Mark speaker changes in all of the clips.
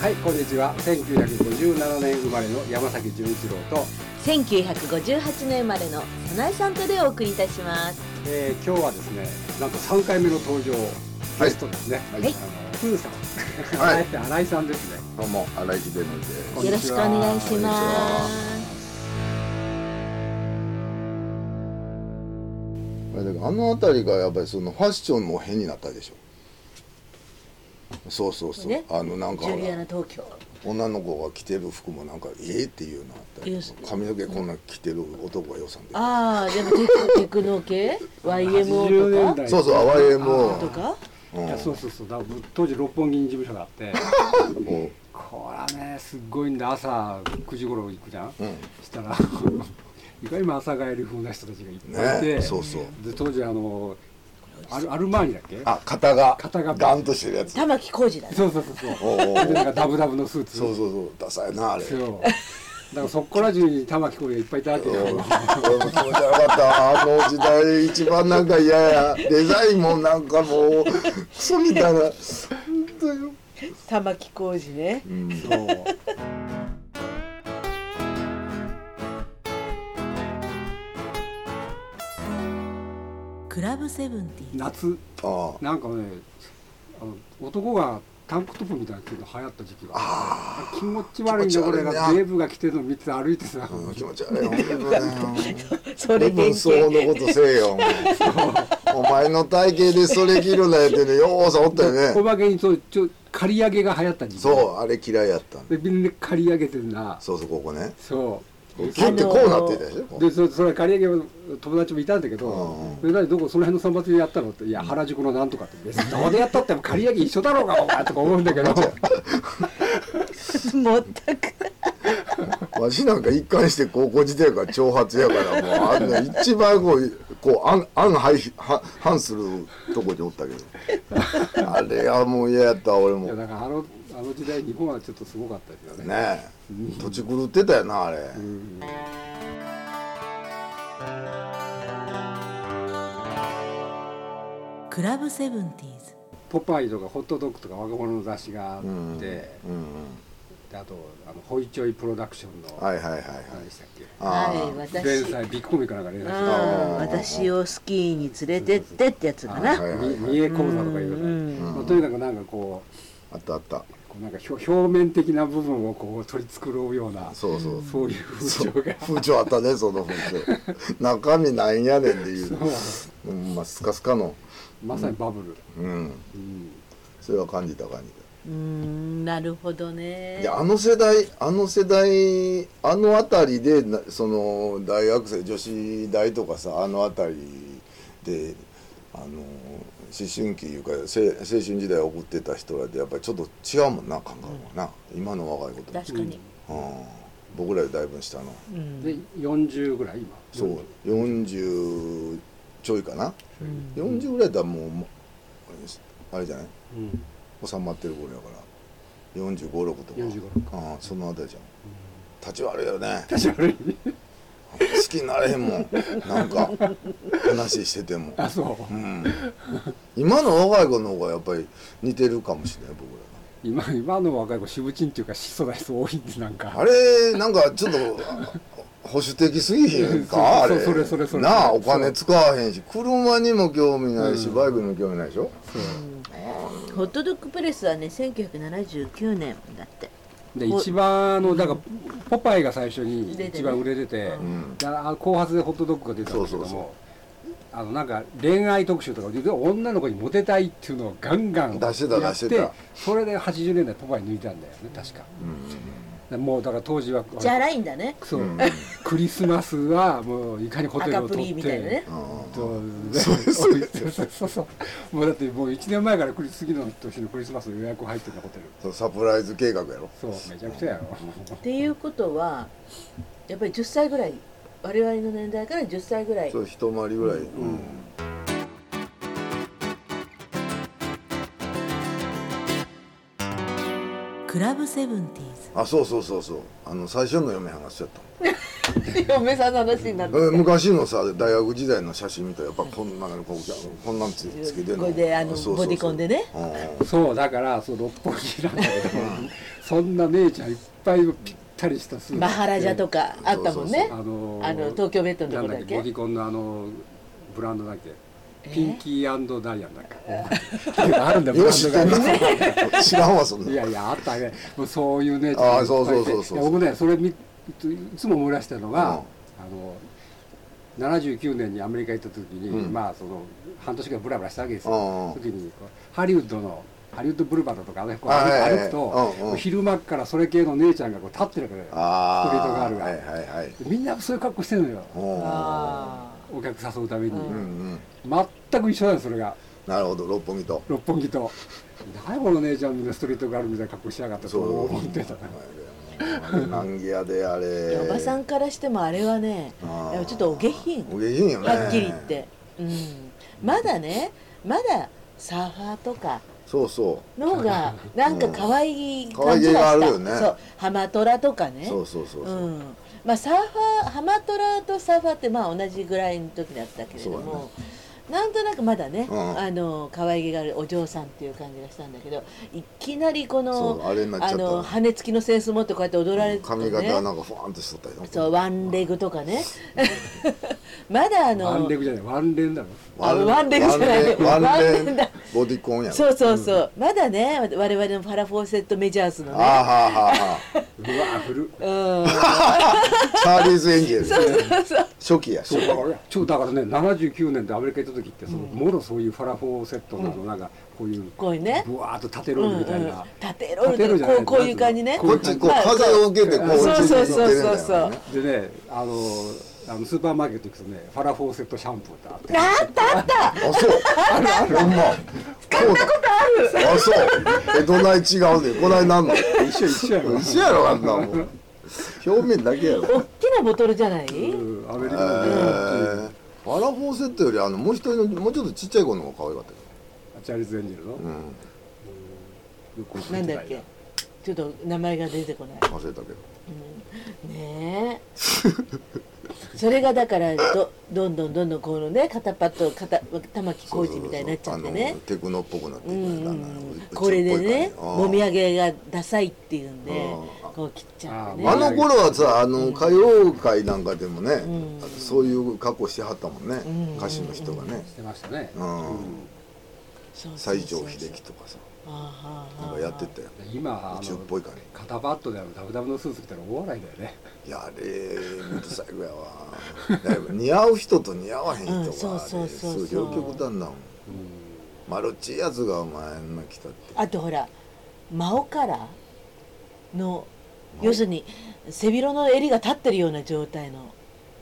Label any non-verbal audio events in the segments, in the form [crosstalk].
Speaker 1: はいこんにちは1957年生まれの山崎純一郎と、
Speaker 2: 1958年生まれの早苗さんとでお送りいたします
Speaker 1: えー今日はですねなんと3回目の登場ゲストですね、
Speaker 3: はい
Speaker 2: はい
Speaker 1: あのプーさん、
Speaker 3: は
Speaker 1: [laughs]
Speaker 3: い
Speaker 1: あえて新井さんですね
Speaker 3: どうも荒井秀則です
Speaker 1: こんに
Speaker 2: よろ
Speaker 1: ち
Speaker 2: しくお
Speaker 1: は
Speaker 2: 願いしま
Speaker 3: まあだからあの辺りがやっぱりそのファッションも変になったでしょそうそうそう、
Speaker 2: ね
Speaker 3: あのなん
Speaker 2: す
Speaker 3: か
Speaker 2: ジ
Speaker 3: ほ
Speaker 2: ュリア
Speaker 3: ら
Speaker 2: ナ東京
Speaker 3: 女の子が着てる服もなんかええっていうのあったりとか
Speaker 2: よし
Speaker 3: 髪の毛こんなん着てる男が予算で
Speaker 2: ああでもテクテクノ系
Speaker 1: 80年
Speaker 2: YMO とか
Speaker 1: 代
Speaker 3: そうそう淡い
Speaker 1: あ
Speaker 3: も
Speaker 1: ー
Speaker 2: とか
Speaker 3: う
Speaker 1: いやそうんそうそうだから当時六本木に事務所があって
Speaker 3: うん
Speaker 1: これはねすっごいんで朝9時頃行くじゃん、
Speaker 3: うん
Speaker 1: したらいかにも朝帰り風な人たちがいっぱいいて、
Speaker 3: ねそうそう
Speaker 1: で当時あのアルアルマーニだっけ
Speaker 3: あ肩が
Speaker 1: 肩が
Speaker 3: ガンとして
Speaker 2: [laughs]
Speaker 3: るやつ
Speaker 2: 玉置浩二だね
Speaker 1: そうそうそうそ
Speaker 3: おうおうお
Speaker 1: うでなんか
Speaker 3: う
Speaker 1: ダブダブのスーツ
Speaker 3: そうそうそうダサいなあれ
Speaker 1: そうだからそこら中に玉木浩二がいっぱいいたわけ
Speaker 3: 俺も
Speaker 1: よ
Speaker 3: 気持ち悪かったあの時代一番なんか嫌やデザインもなんかもうクソみたいな本当よ
Speaker 2: 玉置浩二ね
Speaker 3: うん
Speaker 1: そう
Speaker 2: クラブセブンティーン
Speaker 1: 夏
Speaker 3: ああ
Speaker 1: なんかねあの男がタンクトップみたいなの着るの流行った時期があって気持ち悪いんだ
Speaker 3: 気持ち悪
Speaker 1: 俺
Speaker 3: いね
Speaker 1: がデーブが着てるの見て歩いてさ
Speaker 3: うん気持ち悪い本当ね
Speaker 2: それ
Speaker 3: でも
Speaker 2: 典
Speaker 3: そう
Speaker 2: 型
Speaker 3: のことせえよお前の体型でそれ着るなやってねようさんおったよ
Speaker 1: お
Speaker 3: ね
Speaker 1: まけにそうちょ刈り上げが流行った時期
Speaker 3: そうあれ嫌いやった
Speaker 1: でみんな刈り上げてるな
Speaker 3: そうそうここね
Speaker 1: そ
Speaker 3: キュッてこうなってたでしょ
Speaker 1: うでそそれ刈り上げの友達もいたんだけど
Speaker 3: うんうん
Speaker 1: 「それ何どこその辺の散髪でやったの?」って「いや原宿のなんとか」って「別にどこでやったって刈り上げ一緒だろうがお前」とか思うん
Speaker 3: [laughs]
Speaker 1: だけど
Speaker 2: 全く
Speaker 3: わしなんか一貫して高校時代から挑発やからもうあんな一番こうこうアンアンハイハ反するとこにおったけどあれはもう嫌やった俺
Speaker 1: い
Speaker 3: も
Speaker 1: や
Speaker 3: ね
Speaker 1: だからあのあの時代日本はちょっとすごかったですよね
Speaker 3: え土地狂ってたよなあれ
Speaker 1: うん
Speaker 2: クラブセブンティーズ
Speaker 1: ポパイとかホットドッグとか若者の雑誌があって、
Speaker 3: うん
Speaker 1: で
Speaker 3: うんうん
Speaker 1: あとあのホイチョイプロダクションの、
Speaker 3: はいはいはいはい
Speaker 1: 何でしたっけ
Speaker 3: あ
Speaker 2: はい
Speaker 3: ー
Speaker 1: 連
Speaker 2: 私
Speaker 1: 載ビッグコミカなんか連
Speaker 2: うん
Speaker 1: 載し
Speaker 2: 私をスキーに連れてってってやつか
Speaker 3: は
Speaker 2: ない
Speaker 1: た
Speaker 3: はい
Speaker 1: み三重講座とかいううの
Speaker 2: ん
Speaker 1: ねまあとにかくなんかこう
Speaker 3: あったあった
Speaker 1: こうなんか表表面的な部分をこう取り繕うような
Speaker 3: そうそう
Speaker 1: そういう風潮が
Speaker 3: 風潮あったねその風
Speaker 1: [laughs]
Speaker 3: 潮中身なんやねんっていうほんまあスカスカの
Speaker 1: まさにバブル、
Speaker 3: うん
Speaker 1: うん
Speaker 3: それは感じた感じた
Speaker 2: うーんなるほどね
Speaker 3: であの世代あの世代あの辺りでなその大学生女子大とかさあの辺りであの思春期いうかせ青春時代を送ってた人らでやっぱりちょっと違うもんな感覚はな、今の若い子と、
Speaker 2: 確かに、
Speaker 3: うん、僕らよりだいぶ下の
Speaker 2: うん
Speaker 1: で40ぐらい今
Speaker 3: そう40ちょいかな
Speaker 2: うん
Speaker 3: 40ぐらいだったらもうもうあれじゃない
Speaker 1: うん、
Speaker 3: 収まってる頃やから4 5 6とか
Speaker 1: 45
Speaker 3: ああその辺りじゃん立ち悪いよね
Speaker 1: 立ち悪い
Speaker 3: 好きになれへんもんなんか話してても、
Speaker 1: あそう
Speaker 3: うん、今の若い子の方がやっぱり似てるかもしれない僕
Speaker 1: 今今の若い子渋チンっていうか質素な人多いんですなんから
Speaker 3: あれなんかちょっと保守的すぎひんかあれ
Speaker 1: そうそれそれそれ
Speaker 3: なあ
Speaker 1: そう
Speaker 3: お金使わへんし車にも興味ないし、
Speaker 1: うん
Speaker 3: バイクにも興味ないでしょ
Speaker 2: ホットドッグプレスはね1979年だって
Speaker 1: で
Speaker 2: ほ
Speaker 1: 一番あのだからポパイが最初に
Speaker 2: 出てね
Speaker 1: 一番売れてて、
Speaker 3: ん
Speaker 1: であ後発でホットドッグが出たんですけども
Speaker 3: そうそう
Speaker 1: あのなんか恋愛特集とかで女の子にモテたいっていうのをガンガン
Speaker 3: 出してた
Speaker 1: やっ
Speaker 3: 出してた
Speaker 1: それで80年代ポパイ抜いたんだよね確か、でもうだから当時は
Speaker 2: じゃらいんだね
Speaker 1: そう、
Speaker 3: うん
Speaker 1: [laughs] クリスマスはもういかにホテル
Speaker 2: 赤
Speaker 1: を
Speaker 2: プ
Speaker 1: 取
Speaker 2: リ
Speaker 1: って
Speaker 2: みたいなね
Speaker 1: そうそうそうそうそうもうだってもう1年前からクリ次の年のクリスマスの予約入ってるのホテル
Speaker 3: そうサプライズ計画やろ
Speaker 1: そうめちゃくちゃやろ
Speaker 2: っていうことはやっぱり10歳ぐらい我々の年代から10歳ぐらい
Speaker 3: そう一回りぐらい、
Speaker 1: ん
Speaker 2: クラブセブンティーズ
Speaker 3: あそうそうそうそうあの最初の嫁はんがそうやった
Speaker 2: 嫁さんの話になって
Speaker 3: え昔のさ大学時代の写真見たらやっぱこんなのこうこんなんつつけてるの
Speaker 2: これであのボディコンでね
Speaker 3: うん
Speaker 1: そうだからそう六本木なんだけどそんな姉ちゃんいっぱいのぴったりしたスーツ
Speaker 2: マハラジャとかあったもんね
Speaker 1: あのー
Speaker 2: あの東京ベッドのとこだっけ
Speaker 1: なんボディコンのあのブランドだっけ
Speaker 2: え
Speaker 1: ピンキーダイアンだっ
Speaker 2: [laughs]
Speaker 1: けあるんだよ
Speaker 3: よう知ってんな知らんわそん
Speaker 1: い
Speaker 3: な
Speaker 1: やいやあったねもうそういうね
Speaker 3: あーそうそうそうそう
Speaker 1: いや僕ねそれみいつも思い出したのが、あの79年にアメリカ行った時に、
Speaker 3: うん
Speaker 1: まあその半年ぐらいブラブラしたわけですよ、
Speaker 3: うんうん
Speaker 1: 時にこうハリウッドのハリウッドブルバードとかあの辺こう
Speaker 3: あ
Speaker 1: 歩,、
Speaker 3: はいはい
Speaker 1: くと、
Speaker 3: うんうん
Speaker 1: 昼間からそれ系の姉ちゃんがこう立ってるわけだよス
Speaker 3: あ
Speaker 1: トリートガール
Speaker 3: ー
Speaker 1: が
Speaker 3: はいはいはい
Speaker 1: みんなそういう格好してるのよ
Speaker 3: お
Speaker 2: あ
Speaker 1: お客誘うために、
Speaker 2: う
Speaker 3: うんうん
Speaker 1: 全く一緒だよそれが
Speaker 3: なるほど六本木と
Speaker 1: 六本木と何この姉ちゃんみんなストリートガールみたいな格好しやがったと思ってたな
Speaker 3: 難儀やであ
Speaker 2: ー
Speaker 3: れ
Speaker 2: いやおばさんからしてもあれはね
Speaker 3: あー
Speaker 2: いやちょっとお下品
Speaker 3: お下品よね
Speaker 2: はっきり言って、うん、まだねまだサーファーとか
Speaker 3: そうそ
Speaker 2: の方がなんか可愛い感じがし
Speaker 3: 可愛げが
Speaker 2: た、
Speaker 3: あるよね
Speaker 2: そうハマトラとか
Speaker 3: う
Speaker 2: ね
Speaker 3: そうそうそうそう
Speaker 2: うんまあサーファーハマトラとサーファーってまあ同じぐらいの時だったけれど
Speaker 3: そうだ
Speaker 2: も
Speaker 3: ね、
Speaker 2: なんとなくまだね、
Speaker 3: うん
Speaker 2: あの可愛げがあるお嬢さんっていう感じがしたんだけどいきなりこ
Speaker 3: そう
Speaker 2: の
Speaker 3: あれになっちゃ
Speaker 2: あ
Speaker 3: った
Speaker 2: の
Speaker 3: の
Speaker 2: 羽根付きのセンス持ってこうやって踊られて、ね
Speaker 3: 髪型なんかふわんとしとったよ
Speaker 2: そうワンレグとかね [laughs] まだあの
Speaker 1: ワンレグじゃないワンレンだろ
Speaker 2: あワンレグじゃない
Speaker 3: ワンレン
Speaker 2: ワンレン
Speaker 3: ワンレン
Speaker 2: だ
Speaker 3: ボディコンやん
Speaker 2: そうそうそう、まだね我々のパラフォーセットメジャーズ
Speaker 3: あ
Speaker 2: の
Speaker 3: ー
Speaker 2: ね
Speaker 3: はーはーは
Speaker 1: うわ古っ
Speaker 2: うん
Speaker 3: ーチャーリーズ・エンジェル初期や初
Speaker 1: そう
Speaker 3: 期
Speaker 1: だから超だからね79年でアメリカ行った時ってその、もろそういうファラフォーセットなのなんかこういう
Speaker 2: こういうね
Speaker 1: ぶわーっと縦
Speaker 2: う
Speaker 1: ロー
Speaker 2: ん
Speaker 1: ル
Speaker 2: うん
Speaker 1: みたいな、
Speaker 2: 縦ロールと
Speaker 1: 縦ロールじゃない
Speaker 2: こうこういう感じね
Speaker 1: こ
Speaker 3: こっちこう
Speaker 2: まあ
Speaker 3: 風を受けてこう
Speaker 2: そう
Speaker 3: 落ち
Speaker 2: そう
Speaker 3: て
Speaker 2: そうそうそう
Speaker 3: ね
Speaker 1: でねあのあのスーパーマーケット行くとねファラフォーセットシャンプーってあって
Speaker 2: あったあった
Speaker 3: あそうあるあるほんま使ったことあるあそうえどない違うねんこないなんの
Speaker 1: 一緒一緒やろ
Speaker 3: 一緒やろあんなもん表面だけやろ
Speaker 2: 大きなボトルじゃない、
Speaker 1: うんアメリカ
Speaker 3: え
Speaker 1: のね、
Speaker 3: ーファラフォーセットよりあのもう一人のもうちょっとちっちゃい子の方が可愛かったよ
Speaker 1: チャーリーズ・エンジェルの、
Speaker 3: うん
Speaker 1: よく覚
Speaker 2: な
Speaker 1: え
Speaker 2: ん
Speaker 1: て
Speaker 2: だ
Speaker 1: な
Speaker 2: っ
Speaker 1: い
Speaker 2: けちょっと名前が出てこない、
Speaker 3: 忘れたけど
Speaker 2: うん、ねえそれがだからどどんどんどんどんこのね肩パッド肩玉置浩二みたいになっちゃって
Speaker 3: あ
Speaker 2: ね
Speaker 3: のテクノっぽくなって
Speaker 2: う
Speaker 3: くる
Speaker 2: ん
Speaker 3: だ
Speaker 2: うんん
Speaker 3: だんうちっぽい感じ
Speaker 2: これでね
Speaker 3: あー
Speaker 2: もみあげがダサいっていうんで
Speaker 3: うん
Speaker 2: こう切っちゃって
Speaker 1: あ
Speaker 3: あ
Speaker 1: ー
Speaker 2: ね
Speaker 3: の頃はさあの歌謡界なんかでもね、
Speaker 2: ん
Speaker 3: そういう格好してはったもんね、
Speaker 2: ん
Speaker 3: 歌手の人がね、
Speaker 1: してましたね、
Speaker 3: うん
Speaker 2: そうそうそう
Speaker 3: 西城秀樹とかさ
Speaker 2: あーはーはー
Speaker 3: なんかやってたよ
Speaker 1: 今あ
Speaker 3: 宇宙っぽ
Speaker 1: の
Speaker 3: い感じ
Speaker 1: 肩パッドであのダブダブのスーツ着たら大笑いだよね
Speaker 3: いやあれ最後やわだいぶ似合う人と似合わへん人が、
Speaker 2: うんそうそうそうそう
Speaker 3: あれ両極端なもんマルチいやつがお前あんな来た
Speaker 2: [laughs]
Speaker 3: って
Speaker 2: あとほら真央からの要するに背広の襟が立ってるような状態の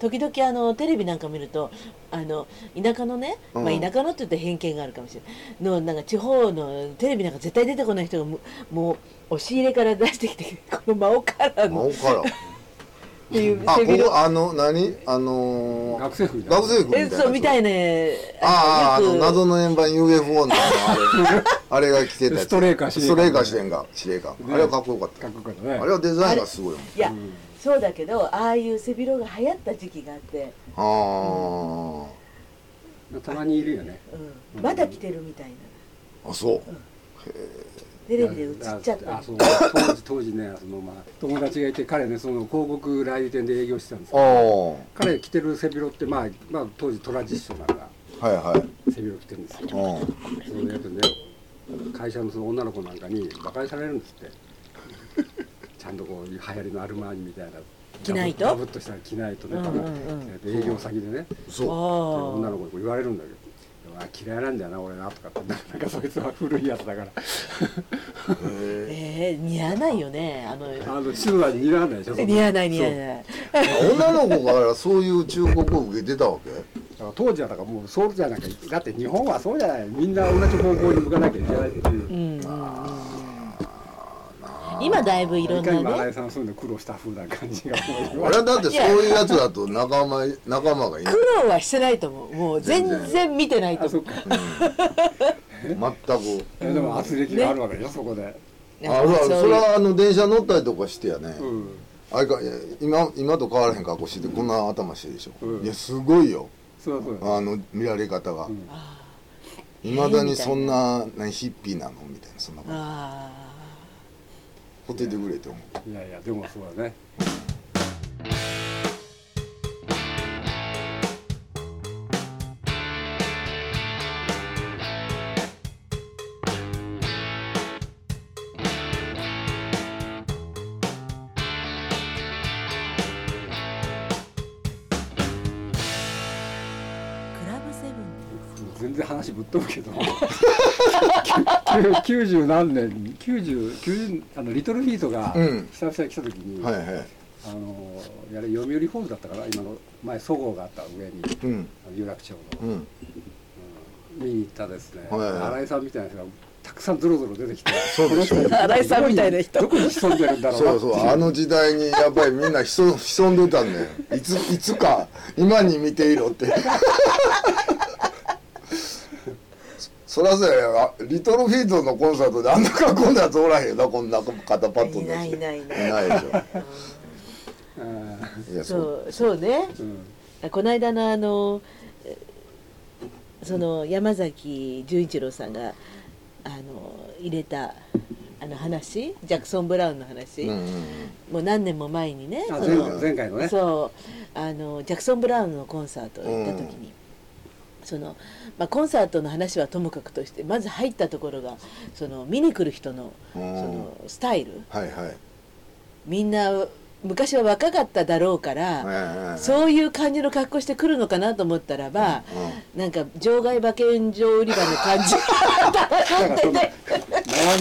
Speaker 2: 時々あのテレビなんか見るとあの田舎のね、ま
Speaker 3: う
Speaker 2: あ、
Speaker 3: ん
Speaker 2: 田舎のって言って偏見があるかもしれないのなんか地方のテレビなんか絶対出てこない人がももう押し入れから出してきて [laughs] この真央から
Speaker 3: 真
Speaker 2: のっ
Speaker 3: 央から
Speaker 2: ていう
Speaker 3: あ
Speaker 2: 背
Speaker 3: こ
Speaker 2: 広
Speaker 3: こあの何あのー
Speaker 1: 学生服みたいな
Speaker 3: 学生服みたい
Speaker 2: え
Speaker 3: な
Speaker 2: そうみたいな
Speaker 3: あああ
Speaker 2: よく
Speaker 3: の謎の円盤 UFO のあのあれあれが着てたやつ
Speaker 1: ストレーか司令
Speaker 3: ス
Speaker 1: 官
Speaker 3: トレーか司令官司令官
Speaker 1: ね
Speaker 3: あれはかっこよかっ
Speaker 1: か
Speaker 3: た
Speaker 1: っこよかったね
Speaker 3: あれはデザインがすごいもん
Speaker 2: いや、そうだけどああいう背広が流行った時期があって、
Speaker 3: あ
Speaker 1: たまにいるよね
Speaker 2: うん、まだ着てるみたいな
Speaker 3: ーあそう
Speaker 2: テレビで映っちゃった
Speaker 1: あ
Speaker 2: の
Speaker 1: そう当時当時ねその、まあ、友達がいて彼ねその広告代理店で営業してたんです
Speaker 3: あ
Speaker 1: よ
Speaker 3: あ
Speaker 1: 彼着てる背広って、まあ、まあ当時トラジッショナルな
Speaker 3: はいはい
Speaker 1: 背広着てるんですよ
Speaker 3: うん
Speaker 1: それでね会社のその女の子なんかに馬鹿にされるんですってちゃんとこういう流行りのアルマーニみたいな
Speaker 2: 着ないと
Speaker 1: ダブっとしたら着ないとね、
Speaker 2: うんうん
Speaker 1: で営業先でね
Speaker 3: そう
Speaker 2: あ
Speaker 1: 女の子にこう言われるんだけど「あ嫌いなんだよな俺な」とかってなんかそいつは古いやつだから
Speaker 2: あ、えー、似合わないよねあの
Speaker 1: あのシドラに似合わないでしょそん
Speaker 2: 似合わない似合わ
Speaker 1: い
Speaker 2: ない
Speaker 3: 女の子からそういう忠告を受けてたわけ
Speaker 1: 当時はだからもうソウルじゃなきゃだって日本はそうじゃないみんな同じ方向に向かなきゃいけないっていう、
Speaker 2: うんうんうん今だいぶいろん
Speaker 1: いかにも
Speaker 2: な
Speaker 1: 新井
Speaker 2: ね
Speaker 1: さんそういうの苦労した風な感じがもう
Speaker 2: [laughs]
Speaker 3: 俺はだってそういうやつだと仲間い仲間がいない
Speaker 2: 苦労はしてないと思うもう全然見てないと
Speaker 1: あそ
Speaker 2: 思
Speaker 1: っか
Speaker 3: 全く
Speaker 1: いやでも圧力があるわけでしょ、そこで、
Speaker 2: う
Speaker 3: あるある
Speaker 2: そう
Speaker 3: そ
Speaker 2: いう
Speaker 3: れはあの電車乗ったりとかしてやね
Speaker 1: うん、
Speaker 3: あれかいや今今と変わらへん格好してこんな頭してるでしょ、
Speaker 1: うん
Speaker 3: いやすごいよ
Speaker 1: そうそう
Speaker 3: あの見られ方が
Speaker 1: うん
Speaker 2: あ
Speaker 3: いま、未だにそんな何ヒッピーなのみたいなそん
Speaker 2: ー
Speaker 3: なこと
Speaker 2: あ
Speaker 3: ほっといてくれって思う
Speaker 1: いやいやでもそうだね
Speaker 2: ークラブセブン
Speaker 1: 全然話ぶっ飛ぶけど [laughs] 90何年90 90あのリトルフィートが
Speaker 3: うん
Speaker 1: 久々に来た時に、
Speaker 3: はいはい
Speaker 1: あのやれ読売ホールだったかな今の前そごうがあった上に
Speaker 3: うん
Speaker 1: あの有楽町の、
Speaker 3: うん
Speaker 1: 見に行ったですね、
Speaker 3: はいはい
Speaker 1: 新井さんみたいな人がたくさんゾロゾロ出てきて
Speaker 3: そうでしょ
Speaker 1: この人
Speaker 2: 新井さんみたいな人
Speaker 1: どこに潜んでるんだろうな
Speaker 3: そ
Speaker 1: っ
Speaker 3: う
Speaker 1: て
Speaker 3: そうあの時代にやっぱりみんな潜潜んでたんだよいついつか今に見ていろってそそらそうやよあリトルフィートのコンサートであんな格好んだやつおらへんよなこんな肩パッド
Speaker 2: い
Speaker 3: に
Speaker 2: ないいないいない
Speaker 3: いないでし
Speaker 1: うん
Speaker 3: ょいやそう
Speaker 2: そうそうね
Speaker 1: うん
Speaker 2: この間のあのえその山崎純一郎さんがあの入れたあの話ジャクソン・ブラウンの話、
Speaker 3: うんうんうん
Speaker 2: もう何年も前にね
Speaker 1: あ
Speaker 2: そ
Speaker 1: 前
Speaker 2: の
Speaker 1: 回前回のね
Speaker 2: そうあのジャクソン・ブラウンのコンサート行った時に、そのまあ、コンサートの話はともかくとしてまず入ったところがその見に来る人のそ
Speaker 3: うん
Speaker 2: のスタイル
Speaker 3: はいはい
Speaker 2: みんな昔は若かっただろうから、
Speaker 3: はい
Speaker 2: そういう感じの格好してくるのかなと思ったらば、なんか場外馬券場売り場の感じ
Speaker 1: なんかその並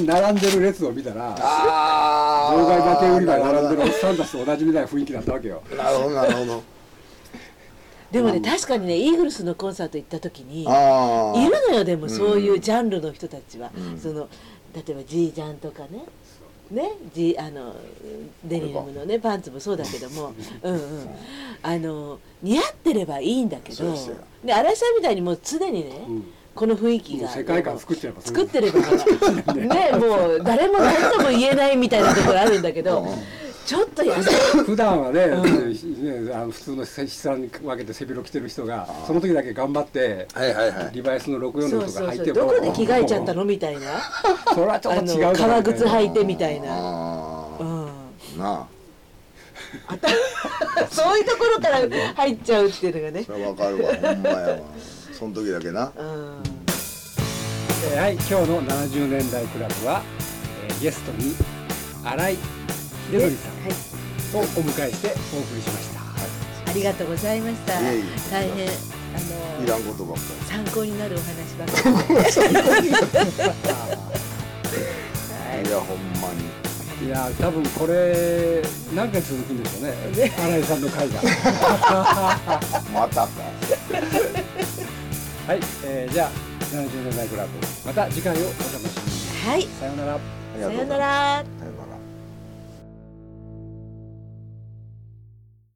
Speaker 1: ん並んでる列を見たら
Speaker 3: ああ
Speaker 1: 場外馬券売り場に並んでるおっさんたちと同じみたいな雰囲気だったわけよ
Speaker 3: なるほどなるほど
Speaker 2: [laughs] でもね確かにねイーグルスのコンサート行った時にいる
Speaker 3: ああ
Speaker 2: のよでもそういうジャンルの人たちは、
Speaker 3: うん
Speaker 2: その例えばジージャンとかねね、ジあのデニムのねパンツもそうだけどもうん、うん、あの似合ってればいいんだけ
Speaker 3: そう
Speaker 2: ど
Speaker 3: ですよ
Speaker 2: で荒井さんみたいにもう常にね、
Speaker 1: うん
Speaker 2: この雰囲気
Speaker 1: もう
Speaker 2: が
Speaker 1: 世界観作っちゃえばそれ
Speaker 2: 作ってればほら [laughs] ねもう誰も何とも言えないみたいなところあるんだけどちょっと優しい
Speaker 1: 普段はね,、ねあの普通の資産に分けて背広着てる人がその時だけ頑張って、
Speaker 3: はいはいはい
Speaker 1: リバイスの64
Speaker 2: そ
Speaker 1: の
Speaker 2: う
Speaker 1: と
Speaker 2: そ
Speaker 1: か
Speaker 2: う
Speaker 1: 履い
Speaker 2: そ
Speaker 1: て
Speaker 2: うどこで着替えちゃったのみ
Speaker 3: [laughs]
Speaker 2: たいな
Speaker 1: それはちょっ
Speaker 2: あ
Speaker 1: と違うだろ
Speaker 2: の
Speaker 1: う
Speaker 2: 革靴
Speaker 1: みたい
Speaker 2: 履
Speaker 1: ない
Speaker 2: てみたいな、
Speaker 3: あ
Speaker 2: う
Speaker 3: あ
Speaker 2: ん、
Speaker 3: なあ
Speaker 2: そういうところから
Speaker 3: [laughs]
Speaker 2: 入っちゃうっていうのがね
Speaker 3: それはわかるわほんまやわその時だけな
Speaker 2: うん
Speaker 1: えーはい、今日の70年代クラブは、えーゲストに新井秀則さ
Speaker 2: はい
Speaker 1: んをお迎えしてお送りしました、
Speaker 2: ありがとうございました
Speaker 3: いえいえ
Speaker 2: 大変あ
Speaker 3: い
Speaker 2: の
Speaker 3: らんことばっかり
Speaker 2: 参考になるお話ばかりで
Speaker 3: いやほんまに
Speaker 1: い、やー多分これ何回続くんでしょうね新井さんの会がは
Speaker 3: またか
Speaker 1: い、えーじゃあ70年代クラブまた次回をお楽しみに
Speaker 2: はい
Speaker 1: さようなら
Speaker 3: ありが
Speaker 2: さ
Speaker 3: とうござ
Speaker 2: よな
Speaker 3: います
Speaker 2: ら